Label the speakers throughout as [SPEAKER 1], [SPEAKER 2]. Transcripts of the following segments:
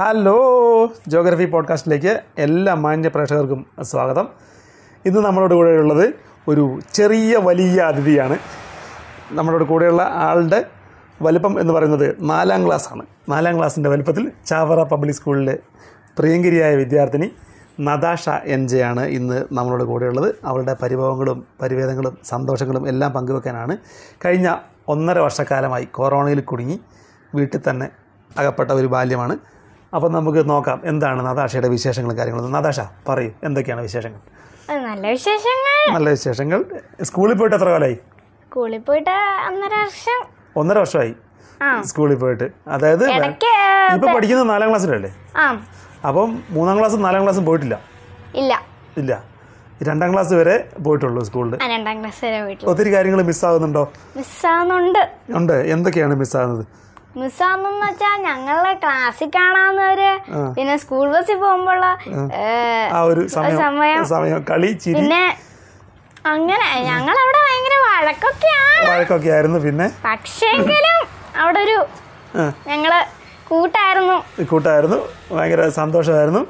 [SPEAKER 1] Hello geography പോഡ്കാസ്റ്റിലേക്ക് എല്ലാ മാന്യ പ്രേക്ഷകർക്കും സ്വാഗതം ഇന്ന് നമ്മളോട് കൂടെയുള്ളത് ഒരു ചെറിയ വലിയ അതിഥിയാണ് നമ്മളോട് കൂടെയുള്ള ആളുടെ വലിപ്പം എന്ന് പറയുന്നത് നാലാം ക്ലാസ്സാണ് നാലാം ക്ലാസ്സിൻ്റെ വലിപ്പത്തിൽ ചാവറ പബ്ലിക് സ്കൂളിലെ പ്രിയങ്കരിയായ വിദ്യാർത്ഥിനി നതാഷ എൻ ജെ ആണ് ഇന്ന് നമ്മളോട് കൂടെയുള്ളത് അവളുടെ പരിഭവങ്ങളും പരിവേദങ്ങളും സന്തോഷങ്ങളും എല്ലാം പങ്കുവെക്കാനാണ് കഴിഞ്ഞ ഒന്നര വർഷക്കാലമായി കൊറോണയിൽ കുടുങ്ങി വീട്ടിൽ തന്നെ അകപ്പെട്ട ഒരു ബാല്യമാണ് അപ്പം നമുക്ക് നോക്കാം എന്താണ് നതാഷയുടെ വിശേഷങ്ങളും കാര്യങ്ങളും നതാഷ പറയൂ എന്തൊക്കെയാണ് വിശേഷങ്ങൾ
[SPEAKER 2] അത് നല്ല വിശേഷങ്ങൾ
[SPEAKER 1] നല്ല വിശേഷങ്ങൾ സ്കൂളിൽ പോയിട്ട് എത്ര കാലമായി
[SPEAKER 2] സ്കൂളിൽ പോയിട്ട് ഒന്നര വർഷം
[SPEAKER 1] ഒന്നര വർഷമായി
[SPEAKER 2] ആ
[SPEAKER 1] സ്കൂളിൽ പോയിട്ട് അതായത്
[SPEAKER 2] ഇടയ്ക്ക്
[SPEAKER 1] ഇപ്പൊ പഠിക്കുന്നത് നാലാം ക്ലാസ്സിലല്ലേ
[SPEAKER 2] ആ
[SPEAKER 1] അപ്പം മൂന്നാം ക്ലാസ്സും നാലാം ക്ലാസ്സും പോയിട്ടില്ല
[SPEAKER 2] ഇല്ല
[SPEAKER 1] ഇല്ല രണ്ടാം ക്ലാസ് വരെ പോയിട്ടുള്ളൂ സ്കൂളിൽ
[SPEAKER 2] ആ രണ്ടാം ക്ലാസ് വരെ വീട്ടിൽ
[SPEAKER 1] ഒത്തിരി കാര്യങ്ങൾ മിസ്സാകുന്നുണ്ടോ
[SPEAKER 2] മിസ്സാവുന്നുണ്ട്
[SPEAKER 1] ഉണ്ട് എന്തൊക്കെയാണ് മിസ്സാകുന്നത്
[SPEAKER 2] മിസ്സാവുന്നെന്ന് വെച്ചാൽ ഞങ്ങളെ ക്ലാസ്സിൽ കാണാവുന്നവര് പിന്നെ സ്കൂൾ ബസ്സിൽ പോകുമ്പോഴുള്ള ഏ,
[SPEAKER 1] ആ ഒരു സമയം
[SPEAKER 2] സമയം.
[SPEAKER 1] സമയം കളി ചിരി
[SPEAKER 2] പിന്നെ അങ്ങനെ ഞങ്ങളവിടെ ഭയങ്കര വഴക്കൊക്കെയാണ്
[SPEAKER 1] വഴക്കൊക്കെ ആയിരുന്നു പിന്നെ
[SPEAKER 2] പക്ഷേങ്കിലും അവിടെ ഒരു
[SPEAKER 1] ആ,
[SPEAKER 2] ഞങ്ങള് കൂട്ടായിരുന്നു
[SPEAKER 1] കൂട്ടായിരുന്നു ഭയങ്കര സന്തോഷമായിരുന്നു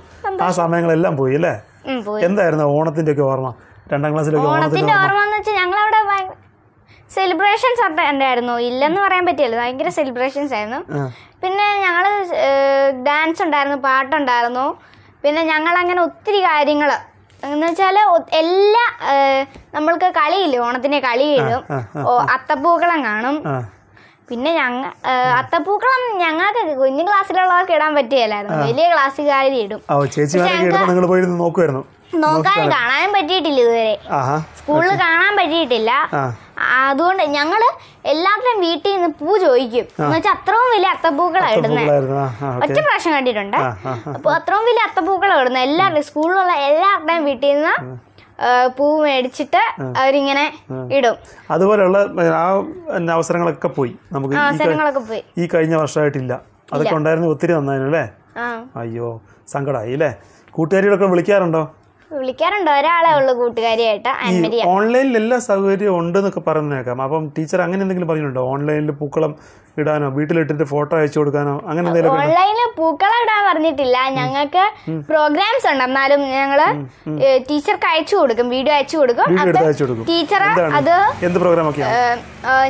[SPEAKER 1] ആ സമയങ്ങളെല്ലാം പോയി അല്ലേ
[SPEAKER 2] ഉം, പോയി
[SPEAKER 1] എന്തായിരുന്നു ഓണത്തിന്റെ ഒക്കെ ഓർമ്മ രണ്ടാം ക്ലാസ്സിലൊക്കെ ഓണത്തിന്റെ
[SPEAKER 2] ഓണത്തിന്റെ ഓർമ്മ എന്ന് വെച്ചാൽ ഞങ്ങളവിടെ സെലിബ്രേഷൻസ് ഉണ്ടായിരുന്നു ഇല്ലെന്ന് പറയാൻ പറ്റില്ല ഭയങ്കര സെലിബ്രേഷൻസ് ആയിരുന്നു
[SPEAKER 1] ആ.
[SPEAKER 2] പിന്നെ ഞങ്ങൾ ഡാൻസ് ഉണ്ടായിരുന്നു പാട്ടുണ്ടായിരുന്നു പിന്നെ ഞങ്ങൾ അങ്ങനെ ഒത്തിരി കാര്യങ്ങൾ എന്ന് വെച്ചാൽ എല്ലാ ഏ, നമ്മൾക്ക് കളിയില്ലേ ഓണത്തിന് കളി കഴിയും
[SPEAKER 1] ആ,
[SPEAKER 2] ഓ അത്തപ്പൂക്കളം കാണും
[SPEAKER 1] ആ
[SPEAKER 2] പിന്നെ ഞങ്ങ ഏ, അത്തപ്പൂക്കളം ഞങ്ങൾക്ക് കുഞ്ഞു ക്ലാസ്സിലുള്ളവർക്ക് ഇടാൻ പറ്റിയല്ലായിരുന്നു വലിയ ക്ലാസ്സുകാരി ഇടും
[SPEAKER 1] ഓ ചേച്ചിമാരൊക്കെ ഇടുമ്പോൾ നിങ്ങൾ പോയിരുന്നു നോക്കുമായിരുന്നു
[SPEAKER 2] നോക്കാനും കാണാനും പറ്റിയിട്ടില്ല ഇതുവരെ
[SPEAKER 1] ആഹാ
[SPEAKER 2] സ്കൂളിൽ കാണാൻ പറ്റിയിട്ടില്ല
[SPEAKER 1] ആ
[SPEAKER 2] അതുകൊണ്ട് ഞങ്ങള് എല്ലാത്തിനും വീട്ടിൽ നിന്ന് പൂ ചോദിക്കും എന്ന് വെച്ചാൽ അത്രയും വലിയ അത്തപ്പൂക്കളാണ് ഇടുന്നത്
[SPEAKER 1] പൂക്കളായിരുന്നു ആ ആ
[SPEAKER 2] ഒറ്റ
[SPEAKER 1] ഓക്കെ
[SPEAKER 2] പ്രാവശ്യം കണ്ടിട്ടുണ്ട്
[SPEAKER 1] ആ ആ
[SPEAKER 2] അപ്പൊ അത്രയും വലിയ അത്തപ്പൂക്കളാണ് ഇടുന്നത് എല്ലാവരുടെയും സ്കൂളിലുള്ള എല്ലാവരുടെയും വീട്ടിൽ നിന്ന് ഏ, പൂ മേടിച്ചിട്ട് അവരിങ്ങനെ ഇടും
[SPEAKER 1] അതുപോലെയുള്ള ഏഹ്, ആ പിന്നെ അവസരങ്ങളൊക്കെ പോയി നമുക്ക് ഈ കഴി-
[SPEAKER 2] അവസരങ്ങളൊക്കെ പോയി
[SPEAKER 1] ഈ കഴിഞ്ഞ വർഷമായിട്ടില്ല അതൊക്കെ ഉണ്ടായിരുന്നു ഒത്തിരി നന്നായിരുന്നു
[SPEAKER 2] ആ
[SPEAKER 1] അയ്യോ സങ്കടമായി അല്ലേ കൂട്ടുകാരികളൊക്കെ വിളിക്കാറുണ്ടോ
[SPEAKER 2] വിളിക്കാറുണ്ട് ഒരാളെ ഉള്ളു കൂട്ടുകാരിയായിട്ട്
[SPEAKER 1] ഈ
[SPEAKER 2] അൻമരി
[SPEAKER 1] ഓൺലൈനിൽ എല്ലാ സൗകര്യവും ഉണ്ട് എന്നൊക്കെ പറയുന്നേക്കാം അപ്പം ടീച്ചർ അങ്ങനെ എന്തെങ്കിലും പറഞ്ഞിട്ടുണ്ടോ ഓൺലൈനിൽ പൂക്കളം ഇടാനോ വീട്ടിലിട്ടിട്ട് ഫോട്ടോ അയച്ചു കൊടുക്കാനോ അങ്ങനെ എന്തെങ്കിലും
[SPEAKER 2] ഓൺലൈനിൽ പൂക്കളം ഇടാൻ പറഞ്ഞിട്ടില്ല ഞങ്ങൾക്ക് പ്രോഗ്രാംസ് ഉണ്ട് എന്നാലും ഞങ്ങള് ഏ, ടീച്ചർക്ക് അയച്ചു കൊടുക്കും വീഡിയോ അയച്ചു കൊടുക്കും
[SPEAKER 1] വീഡിയോ എടുത്ത്
[SPEAKER 2] അത്
[SPEAKER 1] അയച്ചു കൊടുക്കും
[SPEAKER 2] ടീച്ചർ
[SPEAKER 1] എന്താണ്?
[SPEAKER 2] അത്
[SPEAKER 1] എന്ത് പ്രോഗ്രാമൊക്കെയാണ്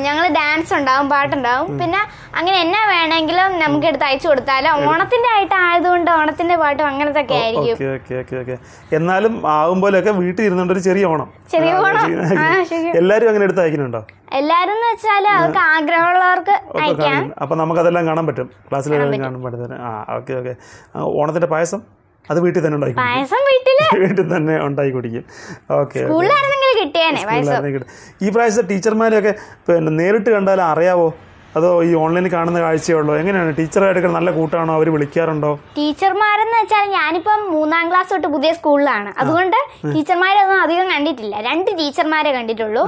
[SPEAKER 2] ഞങ്ങൾ ഡാൻസ് ഉണ്ടാവും പാട്ടുണ്ടാവും പിന്നെ അങ്ങനെ എന്നാ വേണമെങ്കിലും നമുക്ക് എടുത്ത് അയച്ചു കൊടുത്താലും ഓണത്തിന്റെ ആയിട്ട് ആയതുകൊണ്ട് ഓണത്തിന്റെ പാട്ടും അങ്ങനത്തെ ഒക്കെ ആയിരിക്കും
[SPEAKER 1] ഓക്കെ ഓക്കെ ഓക്കെ ഓക്കെ എന്നാലും ആവും പോലെയൊക്കെ വീട്ടിൽ ഇരുന്നുകൊണ്ട് ഒരു ചെറിയ ഓണം
[SPEAKER 2] ചെറിയ
[SPEAKER 1] ആ,
[SPEAKER 2] ഓണം. ആ, ശരിയാ.
[SPEAKER 1] എല്ലാവരും അങ്ങനെ എടുത്ത് അയക്കുന്നുണ്ടോ
[SPEAKER 2] എല്ലാരും എന്ന് വെച്ചാല് അവർക്ക് ആഗ്രഹമുള്ളവർക്ക്
[SPEAKER 1] ഒക്കെ
[SPEAKER 2] അയക്കാം
[SPEAKER 1] കാണും അപ്പം നമുക്കതെല്ലാം കാണാൻ പറ്റും ക്ലാസ്സിൽ കാണാൻ പറ്റും ആ ഓക്കെ ഓക്കെ ഓണത്തിൻ്റെ പായസം അത് വീട്ടിൽ തന്നെ ഉണ്ടാക്കി കുടിക്കും.
[SPEAKER 2] പായസം വീട്ടില്
[SPEAKER 1] വീട്ടിൽ തന്നെ ഉണ്ടാക്കി കുടിക്കും ഓക്കെ
[SPEAKER 2] സ്കൂളിലായിരുന്നെങ്കിൽ കിട്ടിയേനെ പായസം
[SPEAKER 1] ഈ പ്രാവശ്യത്തെ ടീച്ചർമാരെയൊക്കെ പിന്നെ നേരിട്ട് കണ്ടാൽ അറിയാവോ അതോ ഈ ഓൺലൈനിൽ കാണുന്ന കാഴ്ചയുള്ളോ എങ്ങനെയാണ് ടീച്ചറായിട്ടൊക്കെ നല്ല കൂട്ടാണോ അവർ വിളിക്കാറുണ്ടോ
[SPEAKER 2] ടീച്ചർമാരെന്ന് വെച്ചാൽ ഞാനിപ്പം മൂന്നാം ക്ലാസ് തൊട്ട് പുതിയ സ്കൂളിലാണ് അതുകൊണ്ട് ടീച്ചർമാരൊന്നും അധികം കണ്ടിട്ടില്ല രണ്ട് ടീച്ചർമാരെ കണ്ടിട്ടുള്ളൂ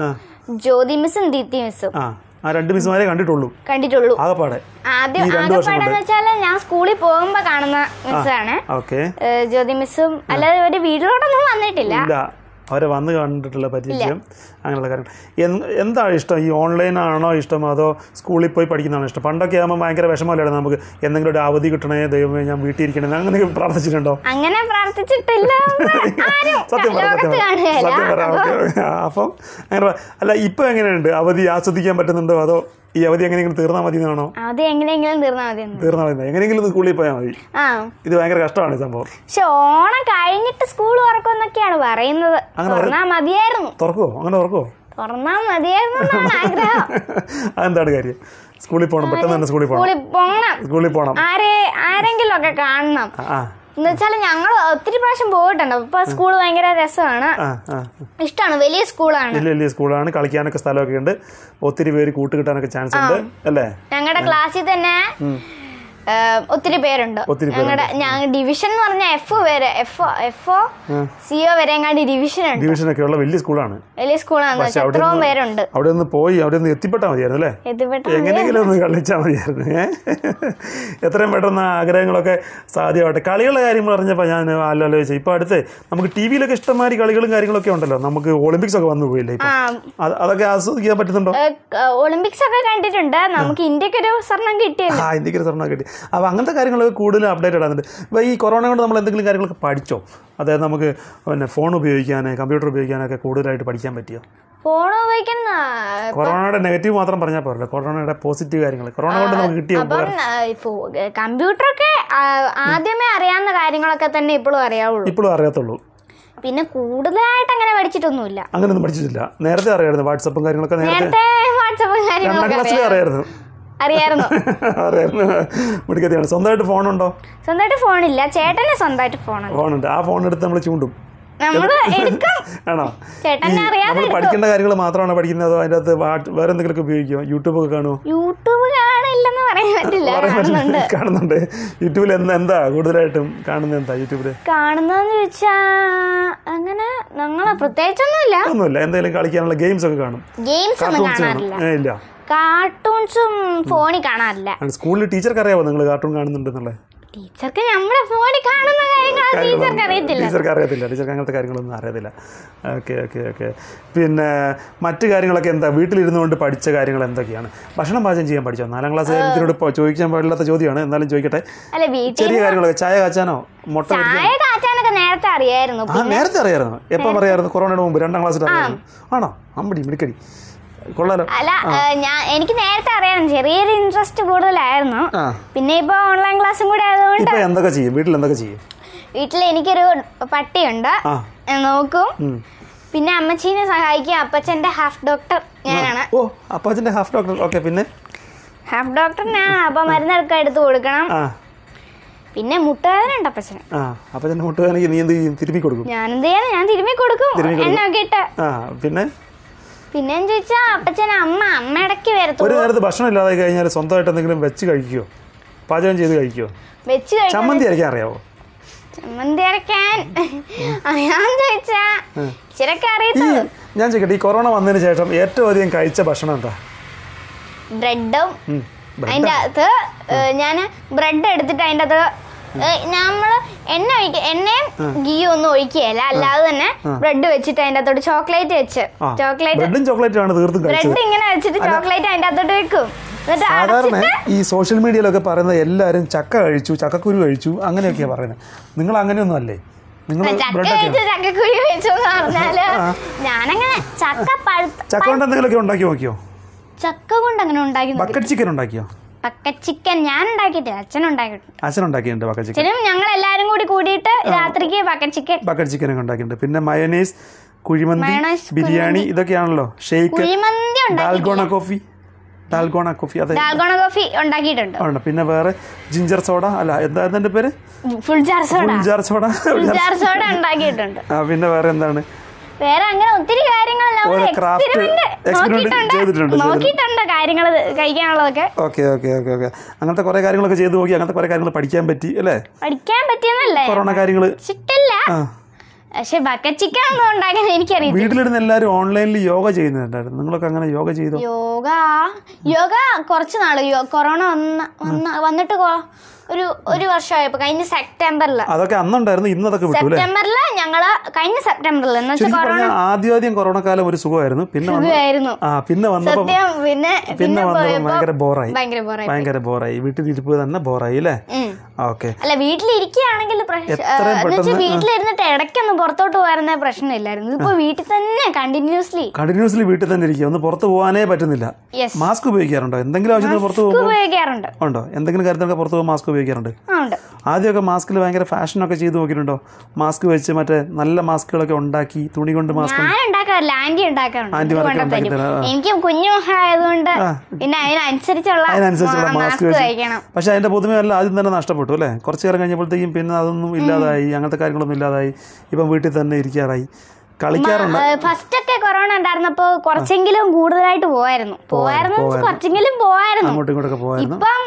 [SPEAKER 2] ജ്യോതി മിസ്സും ദീപ്തി മിസ്സും
[SPEAKER 1] ആ ആ രണ്ട് മിസ്സുമാരെ കണ്ടിട്ടുള്ളൂ
[SPEAKER 2] കണ്ടിട്ടുള്ളൂ
[SPEAKER 1] ആകപ്പാടെ
[SPEAKER 2] ആദ്യം
[SPEAKER 1] ഈ രണ്ട് വർഷം
[SPEAKER 2] ആകെപ്പാടെന്ന് വെച്ചാൽ ഞാൻ സ്കൂളിൽ പോകുമ്പോ കാണുന്ന മിസ്സാണ്
[SPEAKER 1] ഓക്കെ
[SPEAKER 2] ഏഹ് ജ്യോതി മിസ്സും അല്ലാതെ ഒരു വീട്ടിലോട്ടൊന്നും വന്നിട്ടില്ല
[SPEAKER 1] ഇല്ല അവരെ വന്ന് കണ്ടിട്ടുള്ള പരിചയം അങ്ങനെയുള്ള കാര്യങ്ങൾ എന്ത്- എന്താണ് ഇഷ്ടം ഈ ഓൺലൈനാണോ ഇഷ്ടം അതോ സ്കൂളിൽ പോയി പഠിക്കുന്നതാണോ ഇഷ്ടം പണ്ടൊക്കെ ആകുമ്പോൾ ഭയങ്കര വിഷമമല്ലായിരുന്നു നമുക്ക് എന്തെങ്കിലും ഒരു അവധി കിട്ടണേ ദൈവമേ ഞാൻ വീട്ടിൽ ഇരിക്കണേ അങ്ങനെയൊക്കെ പ്രാർത്ഥിച്ചിട്ടുണ്ടോ
[SPEAKER 2] അങ്ങനെ പ്രാർത്ഥിച്ചിട്ടില്ല എന്ന് ആരും
[SPEAKER 1] സത്യം പറ സത്യം
[SPEAKER 2] ലോകത്ത്
[SPEAKER 1] പറ
[SPEAKER 2] കാണുകയല്ല
[SPEAKER 1] സത്യം പറ ഓക്കെ ഓക്കെ. ആ, അപ്പം അങ്ങനെ പറ. അല്ല ഇപ്പം എങ്ങനെയുണ്ട് അവധി ആസ്വദിക്കാൻ പറ്റുന്നുണ്ടോ അതോ ഈ അവധി എങ്ങനെയെങ്കിലും തീർന്നാൽ മതി എന്നാണോ
[SPEAKER 2] അത് എങ്ങനെയെങ്കിലും തീർന്നാ മതി എന്ന്.
[SPEAKER 1] തീർന്നാൽ മതി എങ്ങനെയെങ്കിലും ഒന്ന് സ്കൂളിൽ പോയാൽ മതി
[SPEAKER 2] ആ
[SPEAKER 1] ഇത് ഭയങ്കര കഷ്ടമാണ് ഈ സംഭവം
[SPEAKER 2] പക്ഷെ ഓണം കഴിഞ്ഞിട്ട് സ്കൂൾ തുറക്കും എന്നൊക്കെയാണ് പറയുന്നത്
[SPEAKER 1] അങ്ങനെ പറ-
[SPEAKER 2] തുറന്നാ മതിയായിരുന്നു
[SPEAKER 1] തുറക്കുമോ അങ്ങനെ തുറക്കുമോ
[SPEAKER 2] തുറന്നാ മതിയായിരുന്നു എന്നാണ് ആഗ്രഹം
[SPEAKER 1] അതെന്താണ് കാര്യം സ്കൂളിൽ പോകണം പെട്ടെന്ന് തന്നെ സ്കൂളിൽ പോകണം
[SPEAKER 2] സ്കൂളിൽ പോകണം
[SPEAKER 1] സ്കൂളിൽ പോകണം
[SPEAKER 2] ആരെ ആരെങ്കിലും ഒക്കെ കാണണം
[SPEAKER 1] ആ ആ,
[SPEAKER 2] എന്ന് വെച്ചാൽ ഞങ്ങൾ ഒത്തിരി പ്രാവശ്യം പോയിട്ടുണ്ട് അപ്പൊ സ്കൂൾ ഭയങ്കര രസമാണ്
[SPEAKER 1] ആ ആ
[SPEAKER 2] ഇഷ്ടമാണ് വലിയ സ്കൂളാണ്
[SPEAKER 1] വലിയ വലിയ സ്കൂളാണ് കളിക്കാനൊക്കെ സ്ഥലമൊക്കെ ഉണ്ട് ഒത്തിരി പേര് കൂട്ടുകിട്ടാനൊക്കെ ചാൻസ് ഉണ്ട് അല്ലേ
[SPEAKER 2] ഞങ്ങളുടെ ക്ലാസ്സിൽ തന്നെ ഏ, ഒത്തിരി പേരുണ്ട്
[SPEAKER 1] ഒത്തിരി പേരുണ്ട്.
[SPEAKER 2] ഞങ്ങളുടെ ഞങ്ങൾ ഡിവിഷൻ എന്ന് പറഞ്ഞാൽ എഫ് വരെ എഫ് എഫ് സിഒ വരെ എങ്ങാണ്ട് ഡിവിഷൻ ഉണ്ട്
[SPEAKER 1] ഡിവിഷനൊക്കെ ഉള്ള വലിയ സ്കൂളാണ്
[SPEAKER 2] വലിയ സ്കൂളാണെന്ന്
[SPEAKER 1] പക്ഷെ
[SPEAKER 2] വെച്ചാൽ
[SPEAKER 1] അവിടെ
[SPEAKER 2] അത്രയും
[SPEAKER 1] നിന്ന്
[SPEAKER 2] പേരുണ്ട്
[SPEAKER 1] അവിടെ നിന്ന് പോയി അവിടെ നിന്ന് എത്തിപ്പെട്ടാൽ മതിയായിരുന്നു അല്ലേ
[SPEAKER 2] എത്തിപ്പെട്ട
[SPEAKER 1] എങ്ങനെയെങ്കിലും ഒന്ന് കളിച്ചാൽ മതിയായിരുന്നു ഏ? എത്രയും പെട്ടെന്ന് ആഗ്രഹങ്ങളൊക്കെ സാധ്യമാവട്ടെ കളികളുടെ കാര്യം പറഞ്ഞപ്പോൾ ഞാൻ ആലോചിച്ചു ഇപ്പോൾ അടുത്ത് നമുക്ക് ടി വിയിലൊക്കെ ഇഷ്ടംമാതിരി കളികളും കാര്യങ്ങളൊക്കെ ഉണ്ടല്ലോ നമുക്ക് ഒളിമ്പിക്സ് ഒക്കെ വന്നു പോയില്ലേ ഇപ്പം
[SPEAKER 2] ആ
[SPEAKER 1] അത് അതൊക്കെ ആസ്വദിക്കാൻ പറ്റുന്നുണ്ടോ
[SPEAKER 2] ഒളിമ്പിക്സ് ഒക്കെ കണ്ടിട്ടുണ്ട് നമുക്ക് ഇന്ത്യക്കൊരു സ്വർണം കിട്ടിയല്ലോ
[SPEAKER 1] ആ ഇന്ത്യക്ക് ഒരു സ്വർണ്ണം കിട്ടി അപ്പോൾ അങ്ങനത്തെ കാര്യങ്ങളൊക്കെ കൂടുതൽ അപ്ഡേറ്റ് ആകുന്നുണ്ട് അപ്പോൾ ഈ കൊറോണ കൊണ്ട് നമ്മൾ എന്തെങ്കിലും കാര്യങ്ങളൊക്കെ പഠിച്ചോ അതായത് നമുക്ക് പിന്നെ ഫോൺ ഉപയോഗിക്കാൻ കമ്പ്യൂട്ടർ ഉപയോഗിക്കാനൊക്കെ കൂടുതലായിട്ട് പഠിക്കാൻ പറ്റിയോ
[SPEAKER 2] ഫോൺ ഉപയോഗിക്കുന്ന
[SPEAKER 1] കൊറോണയുടെ നെഗറ്റീവ് മാത്രം പറഞ്ഞാൽ പോരല്ലോ കൊറോണയുടെ പോസിറ്റീവ് കാര്യങ്ങൾ കൊറോണ കൊണ്ട് നമുക്ക് കിട്ടിയ
[SPEAKER 2] അപ്പം കമ്പ്യൂട്ടറൊക്കെ ആദ്യമേ അറിയാവുന്ന കാര്യങ്ങളൊക്കെ തന്നെ ഇപ്പോഴും അറിയാവുള്ളൂ
[SPEAKER 1] ഇപ്പോഴും അറിയാത്തുള്ളൂ
[SPEAKER 2] പിന്നെ കൂടുതലായിട്ട് അങ്ങനെ പഠിച്ചിട്ടൊന്നുമില്ല
[SPEAKER 1] അങ്ങനെയൊന്നും പഠിച്ചിട്ടില്ല നേരത്തെ അറിയായിരുന്നു വാട്സപ്പും കാര്യങ്ങളൊക്കെ നേരത്തെ
[SPEAKER 2] നേരത്തെ വാട്സപ്പ്
[SPEAKER 1] രണ്ടാം
[SPEAKER 2] കാര്യങ്ങളൊക്കെ
[SPEAKER 1] ക്ലാസ്സിൽ
[SPEAKER 2] അറിയാം.
[SPEAKER 1] അറിയായിരുന്നു
[SPEAKER 2] അറിയായിരുന്നു
[SPEAKER 1] അറിയായിരുന്നു മിടുക്കത്തിയാണ് സ്വന്തമായിട്ട് ഫോണുണ്ടോ
[SPEAKER 2] സ്വന്തമായിട്ട് ഫോണില്ല ചേട്ടന് സ്വന്തമായിട്ട് ഫോണാണ്
[SPEAKER 1] ഫോണുണ്ട് ആ ഫോൺ എടുത്ത് നമ്മൾ ചൂണ്ടും
[SPEAKER 2] നമ്മള് എടുക്കും
[SPEAKER 1] ആണോ
[SPEAKER 2] ചേട്ടനെ അറിയാതെ
[SPEAKER 1] നമ്മൾ പഠിക്കേണ്ട കാര്യങ്ങൾ മാത്രമാണോ പഠിക്കുന്നത് അതോ അതിൻ്റെ അകത്ത് വാട്ട്- വേറെ എന്തെങ്കിലുമൊക്കെ ഉപയോഗിക്കുമോ യൂട്യൂബൊക്കെ കാണുമോ
[SPEAKER 2] യൂട്യൂബ് കാണില്ലെന്ന് പറയാൻ പറ്റില്ല
[SPEAKER 1] പറയാൻ പറ്റില്ല.
[SPEAKER 2] കാണുന്നുണ്ട്
[SPEAKER 1] കാണുന്നുണ്ട് യൂട്യൂബിൽ എന്താ എന്താ കൂടുതലായിട്ടും കാണുന്നത് എന്താ യൂട്യൂബില്
[SPEAKER 2] കാണുന്നതെന്ന് ചോദിച്ചാ അങ്ങനെ ഞങ്ങള് പ്രത്യേകിച്ചൊന്നുമില്ല
[SPEAKER 1] ഒന്നുമില്ല എന്തെങ്കിലും കളിക്കാനുള്ള ഗെയിംസ് ഒക്കെ കാണും
[SPEAKER 2] ഗെയിംസ് ഒന്നും
[SPEAKER 1] കാർട്ടൂൺസ് കാണും
[SPEAKER 2] കാണാറില്ല
[SPEAKER 1] ഏ, ഇല്ല
[SPEAKER 2] കാർട്ടൂൺസും ഫോണിൽ കാണാറില്ല
[SPEAKER 1] ആണ് സ്കൂളിൽ ടീച്ചർക്ക് അറിയാമോ നിങ്ങൾ കാർട്ടൂൺ കാണുന്നുണ്ടെന്നുള്ളത്
[SPEAKER 2] ടീച്ചർക്ക് നമ്മുടെ ഫോണിൽ കാണുന്ന കാര്യങ്ങൾ ടീച്ചർക്ക് അറിയത്തില്ല
[SPEAKER 1] ടീച്ചർക്ക് അറിയത്തില്ല ടീച്ചർക്ക് അങ്ങനത്തെ കാര്യങ്ങളൊന്നും അറിയത്തില്ല ഓക്കെ ഓക്കെ ഓക്കെ പിന്നെ മറ്റു കാര്യങ്ങളൊക്കെ എന്താ വീട്ടിലിരുന്നുകൊണ്ട് പഠിച്ച കാര്യങ്ങൾ എന്തൊക്കെയാണ് ഭക്ഷണം പാചകം ചെയ്യാൻ പഠിച്ചോ നാലാം ക്ലാസ് കഴിഞ്ഞതിനോട് ചോദിക്കാൻ പാടില്ലാത്ത ചോദ്യമാണ് എന്നാലും ചോദിക്കട്ടെ
[SPEAKER 2] അല്ല വീട്ടിൽ
[SPEAKER 1] ചെറിയ കാര്യങ്ങളൊക്കെ ചായ കാച്ചാനോ മുട്ട പൊരിക്കാനോ?
[SPEAKER 2] ചായ കാച്ചാനൊക്കെ നേരത്തെ അറിയായിരുന്നു
[SPEAKER 1] ആ നേരത്തെ അറിയായിരുന്നു എപ്പം അറിയായിരുന്നു കൊറോണയുടെ മുമ്പ് രണ്ടാം ക്ലാസ്സിൽ അറിയായിരുന്നു ആണോ അമ്പടി മിടുക്കടി കൊള്ളാലോ
[SPEAKER 2] അല്ല ഏ, ഞാൻ എനിക്ക് നേരത്തെ അറിയാം ചെറിയൊരു ഇൻട്രസ്റ്റ് കൂടുതലായിരുന്നു
[SPEAKER 1] ആ
[SPEAKER 2] പിന്നെ ഇപ്പൊ ഓൺലൈൻ ക്ലാസ്സും കൂടെ ആയതുകൊണ്ട്
[SPEAKER 1] ഇപ്പൊ എന്തൊക്കെ ചെയ്യും വീട്ടിൽ എന്തൊക്കെ ചെയ്യും
[SPEAKER 2] വീട്ടിൽ എനിക്കൊരു പട്ടിയുണ്ട്
[SPEAKER 1] ആ
[SPEAKER 2] ഏ, നോക്കും
[SPEAKER 1] ഉം.
[SPEAKER 2] പിന്നെ അമ്മച്ചീനെ സഹായിക്കും അപ്പച്ചന്റെ ഹാഫ് ഡോക്ടർ ഞാനാണ്
[SPEAKER 1] ഓ അപ്പാച്ചന്റെ ഹാഫ് ഡോക്ടർ ഓക്കെ പിന്നെ
[SPEAKER 2] ഹാഫ് ഡോക്ടർ ഞാൻ അപ്പൊ മരുന്നൊക്കെ എടുത്ത് കൊടുക്കണം
[SPEAKER 1] ആ
[SPEAKER 2] പിന്നെ മുട്ടുവേദനുണ്ട് അപ്പച്ചന്
[SPEAKER 1] ആ അപ്പാച്ചന്റെ മുട്ടുകാരനെങ്കിൽ നീ എന്ത് ചെയ്യും തിരുപ്പി കൊടുക്കും
[SPEAKER 2] ഞാനെന്ത് ചെയ്യാൻ ഞാൻ തിരുമ്മി കൊടുക്കും
[SPEAKER 1] തിരുമ്മി കൊടുക്കും.
[SPEAKER 2] എന്നൊക്കെ ഇട്ട്
[SPEAKER 1] ആ പിന്നെ
[SPEAKER 2] പിന്നെ ചോദിച്ചാ അപ്പച്ചൻ അമ്മ അമ്മ ഇടയ്ക്ക്
[SPEAKER 1] ഒരു
[SPEAKER 2] വരത്തുള്ളൂ
[SPEAKER 1] നേരത്ത് ഭക്ഷണം ഇല്ലാതെ കഴിഞ്ഞാൽ സ്വന്തമായിട്ട് എന്തെങ്കിലും വെച്ച് കഴിക്കുമോ പാചകം ചെയ്ത് കഴിക്കുമോ
[SPEAKER 2] വെച്ച് കഴി-
[SPEAKER 1] ചമ്മന്തി അരയ്ക്കാൻ അറിയാവോ
[SPEAKER 2] ചമ്മന്തി അരക്കാൻ അറിയാന്ന് ചോദിച്ചാ ഇച്ചിരൊക്കെ
[SPEAKER 1] ഈ
[SPEAKER 2] അറിയത്തുള്ളൂ
[SPEAKER 1] ഞാൻ ചോദിക്കട്ടെ ഈ കൊറോണ വന്നതിന് ശേഷം ഏറ്റവും അധികം കഴിച്ച ഭക്ഷണം എന്താ
[SPEAKER 2] ബ്രെഡും
[SPEAKER 1] ഉം, bread
[SPEAKER 2] അതിൻ്റെ അകത്ത് ഞാൻ ബ്രെഡ് എടുത്തിട്ട് അതിൻ്റെ അകത്ത് നമ്മൾ എണ്ണ ഒഴിക്ക എണ്ണയും ഗീയും ഒന്നും ഒഴിക്കുകയല്ല അല്ലാതെ തന്നെ ബ്രെഡ് വെച്ചിട്ട് അതിൻ്റെ അകത്തോട്ട് ചോക്ലേറ്റ് വെച്ച്
[SPEAKER 1] ആ
[SPEAKER 2] ചോക്ലേറ്റ്
[SPEAKER 1] ബ്രെഡും ചോക്ലേറ്റും ആണ് തീർത്തും കഴിച്ചത്
[SPEAKER 2] ബ്രെഡ് ഇങ്ങനെ വെച്ചിട്ട് ചോക്ലേറ്റ് അതിൻ്റെ അകത്തോട്ട് വെക്കും എന്നിട്ട്
[SPEAKER 1] സാധാരണ
[SPEAKER 2] അടച്ചിട്ട്
[SPEAKER 1] ഈ സോഷ്യൽ മീഡിയയിലൊക്കെ പറയുന്നത് എല്ലാവരും ചക്ക കഴിച്ചു ചക്കക്കുരു കഴിച്ചു അങ്ങനെയൊക്കെയാ പറയുന്നത് നിങ്ങൾ അങ്ങനെയൊന്നും അല്ലേ നിങ്ങൾ
[SPEAKER 2] ചക്ക
[SPEAKER 1] ബ്രെഡൊക്കെ
[SPEAKER 2] വെച്ച് ചക്കക്കുഴി വെച്ചു എന്ന് പറഞ്ഞാല് ഞാനങ്ങനെ ചക്ക പഴുത്ത
[SPEAKER 1] ചക്ക കൊണ്ട് എന്തെങ്കിലുമൊക്കെ ഉണ്ടാക്കി നോക്കിയോ
[SPEAKER 2] ചക്ക കൊണ്ട് അങ്ങനെ ഉണ്ടാക്കി
[SPEAKER 1] ബക്കറ്റ് ചിക്കൻ ഉണ്ടാക്കിയോ
[SPEAKER 2] പക്ക ചിക്കൻ ഞാൻ ഉണ്ടാക്കിയിട്ടില്ല അച്ഛൻ ഉണ്ടാക്കിയിട്ടുണ്ട്
[SPEAKER 1] അച്ഛൻ ഉണ്ടാക്കിയിട്ടുണ്ട് ബക്കറ്റ് ചിക്കൻ
[SPEAKER 2] അച്ഛനും ഞങ്ങൾ എല്ലാരും കൂടി കൂടിയിട്ട് രാത്രിക്ക് പക്ക ചിക്കൻ
[SPEAKER 1] ബക്കറ്റ് ചിക്കനൊക്കെ ഉണ്ടാക്കിയിട്ടുണ്ട് പിന്നെ മയനൈസ് കുഴിമന്തി
[SPEAKER 2] മയണൈസ്,
[SPEAKER 1] ബിരിയാണി ഇതൊക്കെയാണല്ലോ ഷെയ്ക്ക്
[SPEAKER 2] കുഴിമന്തി ഉണ്ടാക്കി
[SPEAKER 1] ഡാൽഗോണ കോഫി ഡാൽഗോണ കോഫി അതെ
[SPEAKER 2] ഡാൽഗോണ കോഫി ഉണ്ടാക്കിയിട്ടുണ്ട്
[SPEAKER 1] ഉണ്ട് പിന്നെ വേറെ ജിഞ്ചർ സോഡ അല്ല എന്താ അതിന്റെ പേര്
[SPEAKER 2] full jar soda
[SPEAKER 1] ginger soda
[SPEAKER 2] full jar soda ഉണ്ടാക്കിയിട്ടുണ്ട്
[SPEAKER 1] ആ പിന്നെ വേറെ എന്താണ്
[SPEAKER 2] വേറെ അങ്ങനെ ഒത്തിരി കാര്യങ്ങൾ നമ്മൾ
[SPEAKER 1] ഓരോ craft
[SPEAKER 2] experiment
[SPEAKER 1] experiment
[SPEAKER 2] നോക്കിയിട്ടുണ്ട്.
[SPEAKER 1] ചെയ്തിട്ടുണ്ട്,
[SPEAKER 2] നോക്കിയിട്ടുണ്ട് കാര്യങ്ങൾ കഴിക്കാനുള്ളതൊക്കെ
[SPEAKER 1] ഓക്കെ ഓക്കെ ഓക്കെ ഓക്കെ അങ്ങനത്തെ കുറേ കാര്യങ്ങളൊക്കെ ചെയ്ത് നോക്കി അങ്ങനത്തെ കുറേ കാര്യങ്ങൾ പഠിക്കാൻ പറ്റി അല്ലേ
[SPEAKER 2] പഠിക്കാൻ പറ്റിയെന്നല്ലേ
[SPEAKER 1] കൊറോണ കാര്യങ്ങൾ
[SPEAKER 2] ചിട്ടില്ല
[SPEAKER 1] ആ
[SPEAKER 2] പക്ഷെ ബക്കറ്റ് ചിക്കൻ ഒന്നും ഉണ്ടാക്കുന്നത് എനിക്കറിയില്ല
[SPEAKER 1] വീട്ടിലിരുന്ന് എല്ലാവരും ഓൺലൈനിൽ യോഗ ചെയ്യുന്നുണ്ടായിരുന്നു നിങ്ങളൊക്കെ അങ്ങനെ യോഗ ചെയ്തോ
[SPEAKER 2] യോഗ യോഗ കുറച്ച് നാള് യോ- കൊറോണ വന്ന വന്ന- വന്നിട്ട് കൊ- ഒരു ഒരു വർഷമായപ്പോ കഴിഞ്ഞ സെപ്റ്റംബറില്
[SPEAKER 1] അതൊക്കെ അന്നുണ്ടായിരുന്നു ഇന്ന് അതൊക്കെ വിട്ടു അല്ലേ
[SPEAKER 2] സെപ്റ്റംബറില് ഞങ്ങള് കഴിഞ്ഞ സെപ്റ്റംബറിൽ എന്ന് വെച്ചാൽ
[SPEAKER 1] ശരിക്കും
[SPEAKER 2] കൊറോണ
[SPEAKER 1] പറഞ്ഞാൽ ആദ്യം ആദ്യം കൊറോണ കാലം ഒരു സുഖമായിരുന്നു പിന്നെ വന്ന
[SPEAKER 2] സുഖമായിരുന്നു
[SPEAKER 1] ആ പിന്നെ വന്നപ്പോ
[SPEAKER 2] സത്യം പിന്നെ
[SPEAKER 1] പിന്നെ
[SPEAKER 2] പിന്നെ
[SPEAKER 1] വന്നപ്പോ
[SPEAKER 2] പോയപ്പോ
[SPEAKER 1] ഭയങ്കര ബോറായി
[SPEAKER 2] ഭയങ്കര ബോറായി
[SPEAKER 1] ഭയങ്കര ബോറായി വീട്ടിലിരിപ്പ് തന്നെ ബോറായി അല്ലേ
[SPEAKER 2] ഉം.
[SPEAKER 1] ഓക്കെ
[SPEAKER 2] അല്ല വീട്ടിലിരിക്കുകയാണെങ്കിൽ പ്രശ്നം
[SPEAKER 1] എത്രയും
[SPEAKER 2] വെച്ചാൽ
[SPEAKER 1] പെട്ടെന്ന്,
[SPEAKER 2] വീട്ടിലിരുന്നിട്ട് ഇടയ്ക്കൊന്നും പുറത്തോട്ട് പോകാറുന്ന പ്രശ്നമില്ലായിരുന്നു ഇതിപ്പോ വീട്ടിൽ തന്നെ കണ്ടിന്യൂസ്ലി
[SPEAKER 1] കണ്ടിന്യൂസ്ലി വീട്ടിൽ തന്നെ ഇരിക്കുക ഒന്ന് പുറത്ത് പോകാനേ പറ്റുന്നില്ല
[SPEAKER 2] യെസ്
[SPEAKER 1] മാസ്ക് ഉപയോഗിക്കാറുണ്ടോ എന്തെങ്കിലും ആവശ്യത്തിന് പുറത്ത് പോകുമ്പോൾ
[SPEAKER 2] ഉപയോഗിക്കാറുണ്ട്
[SPEAKER 1] ഉണ്ടോ എന്തെങ്കിലും കാര്യത്തിനൊക്കെ പുറത്ത് പോകുമ്പോൾ മാസ്ക് ഉപയോഗിക്കാറുണ്ട്
[SPEAKER 2] ആ ഉണ്ട്
[SPEAKER 1] ആദ്യമൊക്കെ മാസ്കിൽ ഭയങ്കര ഫാഷനൊക്കെ ചെയ്ത് നോക്കിയിട്ടുണ്ടോ മാസ്ക് വെച്ച് മറ്റേ നല്ല മാസ്കുകളൊക്കെ ഉണ്ടാക്കി തുണി കൊണ്ട് മാസ്ക്
[SPEAKER 2] ഞാൻ ഉണ്ടാക്കാറില്ല ആന്റി ഉണ്ടാക്കാറുണ്ട്
[SPEAKER 1] ആന്റി
[SPEAKER 2] ഇത്
[SPEAKER 1] മാർക്ക്
[SPEAKER 2] കൊണ്ടുതരും.
[SPEAKER 1] ഉണ്ടാക്കി തരാം.
[SPEAKER 2] എനിക്കും കുഞ്ഞു മുഖമായതുകൊണ്ട് പിന്നെ അതിനനുസരിച്ചുള്ള
[SPEAKER 1] അതിനനുസരിച്ചുള്ള മാസ്ക് വെച്ച്
[SPEAKER 2] കഴിക്കണം
[SPEAKER 1] പക്ഷെ അതിന്റെ പുതുമയെല്ലാം ആദ്യം തന്നെ നഷ്ടപ്പെട്ടു അല്ലേ കുറച്ച് കാലം കഴിഞ്ഞപ്പോഴത്തേക്കും പിന്നെ അതൊന്നും ഇല്ലാതായി അങ്ങനത്തെ കാര്യങ്ങളൊന്നും ഇല്ലാതായി ഇപ്പം വീട്ടിൽ തന്നെ ഇരിക്കാറായി കളിക്കാറുണ്ട്
[SPEAKER 2] ഫസ്റ്റ് ഒക്കെ കൊറോണ ഉണ്ടായിരുന്നപ്പോ കുറച്ചെങ്കിലും കൂടുതലായിട്ട് പോവായിരുന്നു പോവായിരുന്നു എന്ന് വെച്ചാൽ കുറച്ചെങ്കിലും പോവായിരുന്നു
[SPEAKER 1] അങ്ങോട്ടും ഇങ്ങോട്ടൊക്കെ പോയായിരുന്നു
[SPEAKER 2] ഇപ്പം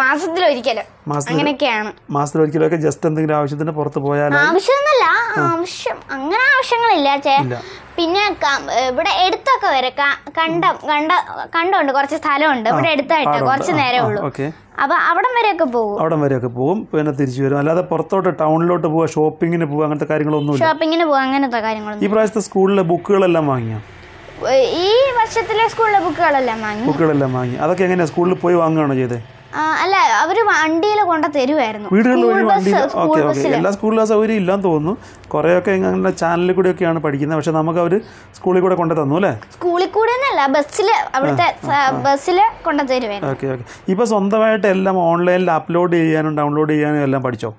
[SPEAKER 2] മാസത്തിലൊരിക്കലും
[SPEAKER 1] മാസത്തിൽ
[SPEAKER 2] അങ്ങനെയൊക്കെയാണ്
[SPEAKER 1] മാസത്തിലൊരിക്കലൊക്കെ ജസ്റ്റ് എന്തെങ്കിലും ആവശ്യത്തിന് പുറത്ത് പോയാൽ
[SPEAKER 2] ആവശ്യമൊന്നുമല്ല ആവശ്യം അങ്ങനെ ആവശ്യങ്ങളില്ല ചേ
[SPEAKER 1] ഇല്ല.
[SPEAKER 2] പിന്നെ ക- ഇവിടെ എടുത്തൊക്കെ വരെ ക- കണ്ടം കണ്ട കണ്ടമുണ്ട് കുറച്ച് സ്ഥലമുണ്ട് ഇവിടെ എടുത്തായിട്ട്
[SPEAKER 1] പാടുണ്ട്.
[SPEAKER 2] കുറച്ച്
[SPEAKER 1] ആ,
[SPEAKER 2] നേരേ
[SPEAKER 1] ആ,
[SPEAKER 2] ഉള്ളൂ
[SPEAKER 1] ഓക്കേ.
[SPEAKER 2] അപ്പൊ അവിടം വരെയൊക്കെ പോകും
[SPEAKER 1] അവിടം വരെയൊക്കെ പോകും പിന്നെ തിരിച്ചു വരും അല്ലാതെ പുറത്തോട്ട് ടൗണിലോട്ട് പോവുക ഷോപ്പിങ്ങിന് പോവുക അങ്ങനത്തെ കാര്യങ്ങളൊന്നുമില്ല
[SPEAKER 2] ഷോപ്പിങ്ങിന് പോകും അങ്ങനത്തെ കാര്യങ്ങളൊന്നും
[SPEAKER 1] ഈ പ്രാവശ്യത്തെ സ്കൂളിലെ ബുക്കുകളെല്ലാം വാങ്ങിയോ
[SPEAKER 2] ഏ, ഈ വർഷത്തിലെ സ്കൂളിലെ ബുക്കുകളെല്ലാം വാങ്ങി
[SPEAKER 1] ബുക്കുകളെല്ലാം വാങ്ങി അതൊക്കെ എങ്ങനെയാ സ്കൂളിൽ പോയി വാങ്ങുകയാണോ ചെയ്തത്
[SPEAKER 2] ആ, അല്ല അവര് വണ്ടിയിൽ കൊണ്ട തരുമായിരുന്നു
[SPEAKER 1] വീടുകളിൽ ഒരു
[SPEAKER 2] സ്കൂൾ
[SPEAKER 1] വണ്ടി
[SPEAKER 2] ബസ് സ്കൂൾ
[SPEAKER 1] ഓക്കെ ഓക്കെ
[SPEAKER 2] ബസ്സിൽ
[SPEAKER 1] എല്ലാ സ്കൂളിലും ആ സൗകര്യം ഇല്ലാന്ന് തോന്നുന്നു കുറേയൊക്കെ ഇങ്ങനെ ചാനലിൽ കൂടിയൊക്കെയാണ് പഠിക്കുന്നത് പക്ഷെ നമുക്ക് അവർ സ്കൂളിൽ കൂടെ കൊണ്ടു തന്നു അല്ലേ
[SPEAKER 2] സ്കൂളിൽ കൂടെ എന്നല്ല ബസ്സില് അവിടുത്തെ ബസ്സില് കൊണ്ട തരുമായിരുന്നു
[SPEAKER 1] ഓക്കെ ഓക്കെ ഇപ്പോൾ സ്വന്തമായിട്ട് എല്ലാം ഓൺലൈനിൽ അപ്ലോഡ് ചെയ്യാനും ഡൗൺലോഡ് ചെയ്യാനും എല്ലാം പഠിച്ചോ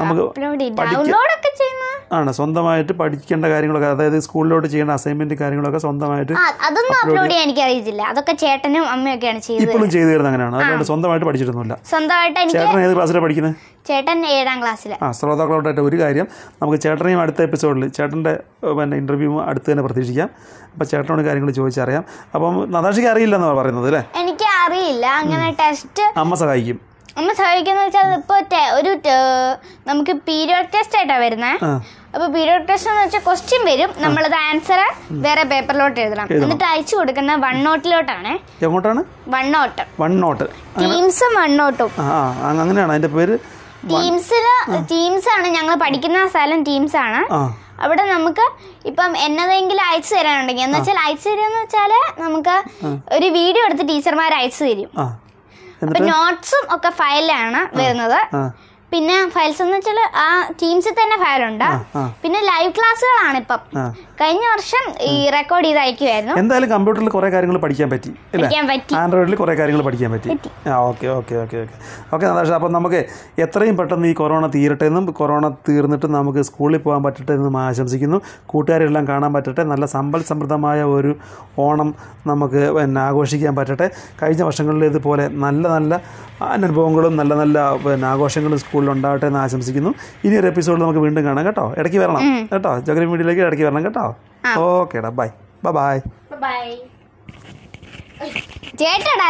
[SPEAKER 1] നമുക്ക്
[SPEAKER 2] അപ്ലോഡ് ഡൗൺലോഡ് ഒക്കെ ചെയ്യുന്ന
[SPEAKER 1] ആണ് സ്വന്തമായിട്ട് പഠിക്കേണ്ട കാര്യങ്ങളൊക്കെ അതായത് സ്കൂളിലോട്ട് ചെയ്യേണ്ട അസൈൻമെന്റ് കാര്യങ്ങളൊക്കെ സ്വന്തമായിട്ട്
[SPEAKER 2] ആ, അതൊന്നും അപ്ലോഡ് ചെയ്യാൻ എനിക്ക് അറിയത്തില്ല അതൊക്കെ ചേട്ടനും അമ്മയൊക്കെയാണ് ചെയ്തത്
[SPEAKER 1] ഇപ്പോഴും ചെയ്തു തരുന്ന അങ്ങനെയാണ് അതുകൊണ്ട് സ്വന്തമായിട്ട് പഠിച്ചിട്ടൊന്നുമില്ല
[SPEAKER 2] സ്വന്തമായിട്ട് എനിക്ക്
[SPEAKER 1] ചേട്ടൻ ഏത് ക്ലാസ്സിലാണ് പഠിക്കുന്നത്
[SPEAKER 2] ചേട്ടൻ ഏഴാം ക്ലാസ്സില്
[SPEAKER 1] ആ ശ്രോതാക്കളോടായിട്ട് ഒരു കാര്യം നമുക്ക് ചേട്ടനെയും അടുത്ത എപ്പിസോഡിൽ ചേട്ടൻ്റെ ഏഹ്, പിന്നെ ഇൻ്റർവ്യൂ അടുത്ത് തന്നെ പ്രതീക്ഷിക്കാം അപ്പോൾ ചേട്ടനോട് കാര്യങ്ങൾ ചോദിച്ചറിയാം അപ്പം നതാഷിക്ക് അറിയില്ലെന്നാണ് പറയുന്നത് അല്ലേ
[SPEAKER 2] എനിക്ക് അറിയില്ല അങ്ങനെ ടെസ്റ്റ്
[SPEAKER 1] അമ്മ സഹായിക്കും
[SPEAKER 2] അമ്മ സഹായിക്കുന്ന വെച്ചാൽ ഇപ്പൊ ടെ- ഒരു ടെ- നമുക്ക് പീരിയോഡ് ടെസ്റ്റ് ആയിട്ടാ വരുന്നേ
[SPEAKER 1] ആ
[SPEAKER 2] അപ്പൊ പീരിയോഡ് ടെസ്റ്റ് എന്ന് വെച്ചാൽ ക്വസ്റ്റ്യൻ വരും നമ്മളത് ആൻസർ വേറെ പേപ്പറിലോട്ട് എഴുതണം
[SPEAKER 1] എഴുതണം.
[SPEAKER 2] എന്നിട്ട് അയച്ചു കൊടുക്കുന്ന വൺ നോട്ടിലോട്ടാണ്
[SPEAKER 1] എങ്ങോട്ടാണ്
[SPEAKER 2] വൺ നോട്ട്
[SPEAKER 1] വൺ നോട്ട്
[SPEAKER 2] ടീംസും വൺ നോട്ടും
[SPEAKER 1] ആ ആ, അങ്ങനെയാണ് അതിൻ്റെ പേര്
[SPEAKER 2] ടീംസില് ടീംസ് ആണ് ഞങ്ങൾ പഠിക്കുന്ന സ്ഥലം ടീംസ് ആണ്
[SPEAKER 1] ആ
[SPEAKER 2] അവിടെ നമുക്ക് ഇപ്പം എന്നതെങ്കിലും അയച്ചു തരാനുണ്ടെങ്കിൽ എന്ന് വെച്ചാൽ അയച്ചു തരുമെന്ന് വെച്ചാല് നമുക്ക് ഒരു വീഡിയോ എടുത്ത് ടീച്ചർമാർ അയച്ചു തരും
[SPEAKER 1] ആ
[SPEAKER 2] അപ്പൊ
[SPEAKER 1] എന്നിട്ട്
[SPEAKER 2] നോട്ട്സും ഒക്കെ ഫയലിലാണ് വരുന്നത്
[SPEAKER 1] ആ
[SPEAKER 2] പിന്നെ ഫയൽസ് എന്ന് വെച്ചാൽ ആ ടീംസിൽ തന്നെ ഫയലുണ്ട്
[SPEAKER 1] ആ.
[SPEAKER 2] പിന്നെ ലൈവ് ക്ലാസ്സുകളാണ് ഇപ്പം
[SPEAKER 1] ആ
[SPEAKER 2] കഴിഞ്ഞ വർഷം ഈ റെക്കോർഡ് ചെയ്ത് അയക്കുമായിരുന്നു
[SPEAKER 1] എന്തായാലും കമ്പ്യൂട്ടറിൽ കുറേ കാര്യങ്ങൾ പഠിക്കാൻ പറ്റി അല്ലേ
[SPEAKER 2] പഠിക്കാൻ പറ്റി
[SPEAKER 1] ആൻഡ്രോയിഡിൽ കുറേ കാര്യങ്ങൾ പഠിക്കാൻ പറ്റി ആ okay okay okay okay okay Natasha അപ്പം നമുക്ക് എത്രയും പെട്ടെന്ന് ഈ കൊറോണ തീരട്ടെ എന്നും കൊറോണ തീർന്നിട്ട് നമുക്ക് സ്കൂളിൽ പോകാൻ പറ്റട്ടെ എന്നും ആശംസിക്കുന്നു കൂട്ടുകാരെല്ലാം കാണാൻ പറ്റട്ടെ നല്ല സമ്പൽ സമൃദ്ധമായ ഒരു ഓണം നമുക്ക് പിന്നെ ആഘോഷിക്കാൻ പറ്റട്ടെ കഴിഞ്ഞ വർഷങ്ങളിലേതുപോലെ നല്ല നല്ല അനുഭവങ്ങളും നല്ല നല്ല പിന്നെ ആഘോഷങ്ങളും സ്കൂളിൽ ഉണ്ടാകട്ടെ എന്ന് ആശംസിക്കുന്നു ഇനി ഒരു എപ്പിസോഡിൽ നമുക്ക് വീണ്ടും കാണാം കേട്ടോ ഇടയ്ക്ക് വരണം കേട്ടോ ജോഗ്രഫി മീഡിയയിലേക്ക് ഇടയ്ക്ക് വരണം കേട്ടോ ഓക്കേടാ ബൈ ബൈ ബൈ
[SPEAKER 2] ചേട്ടടാ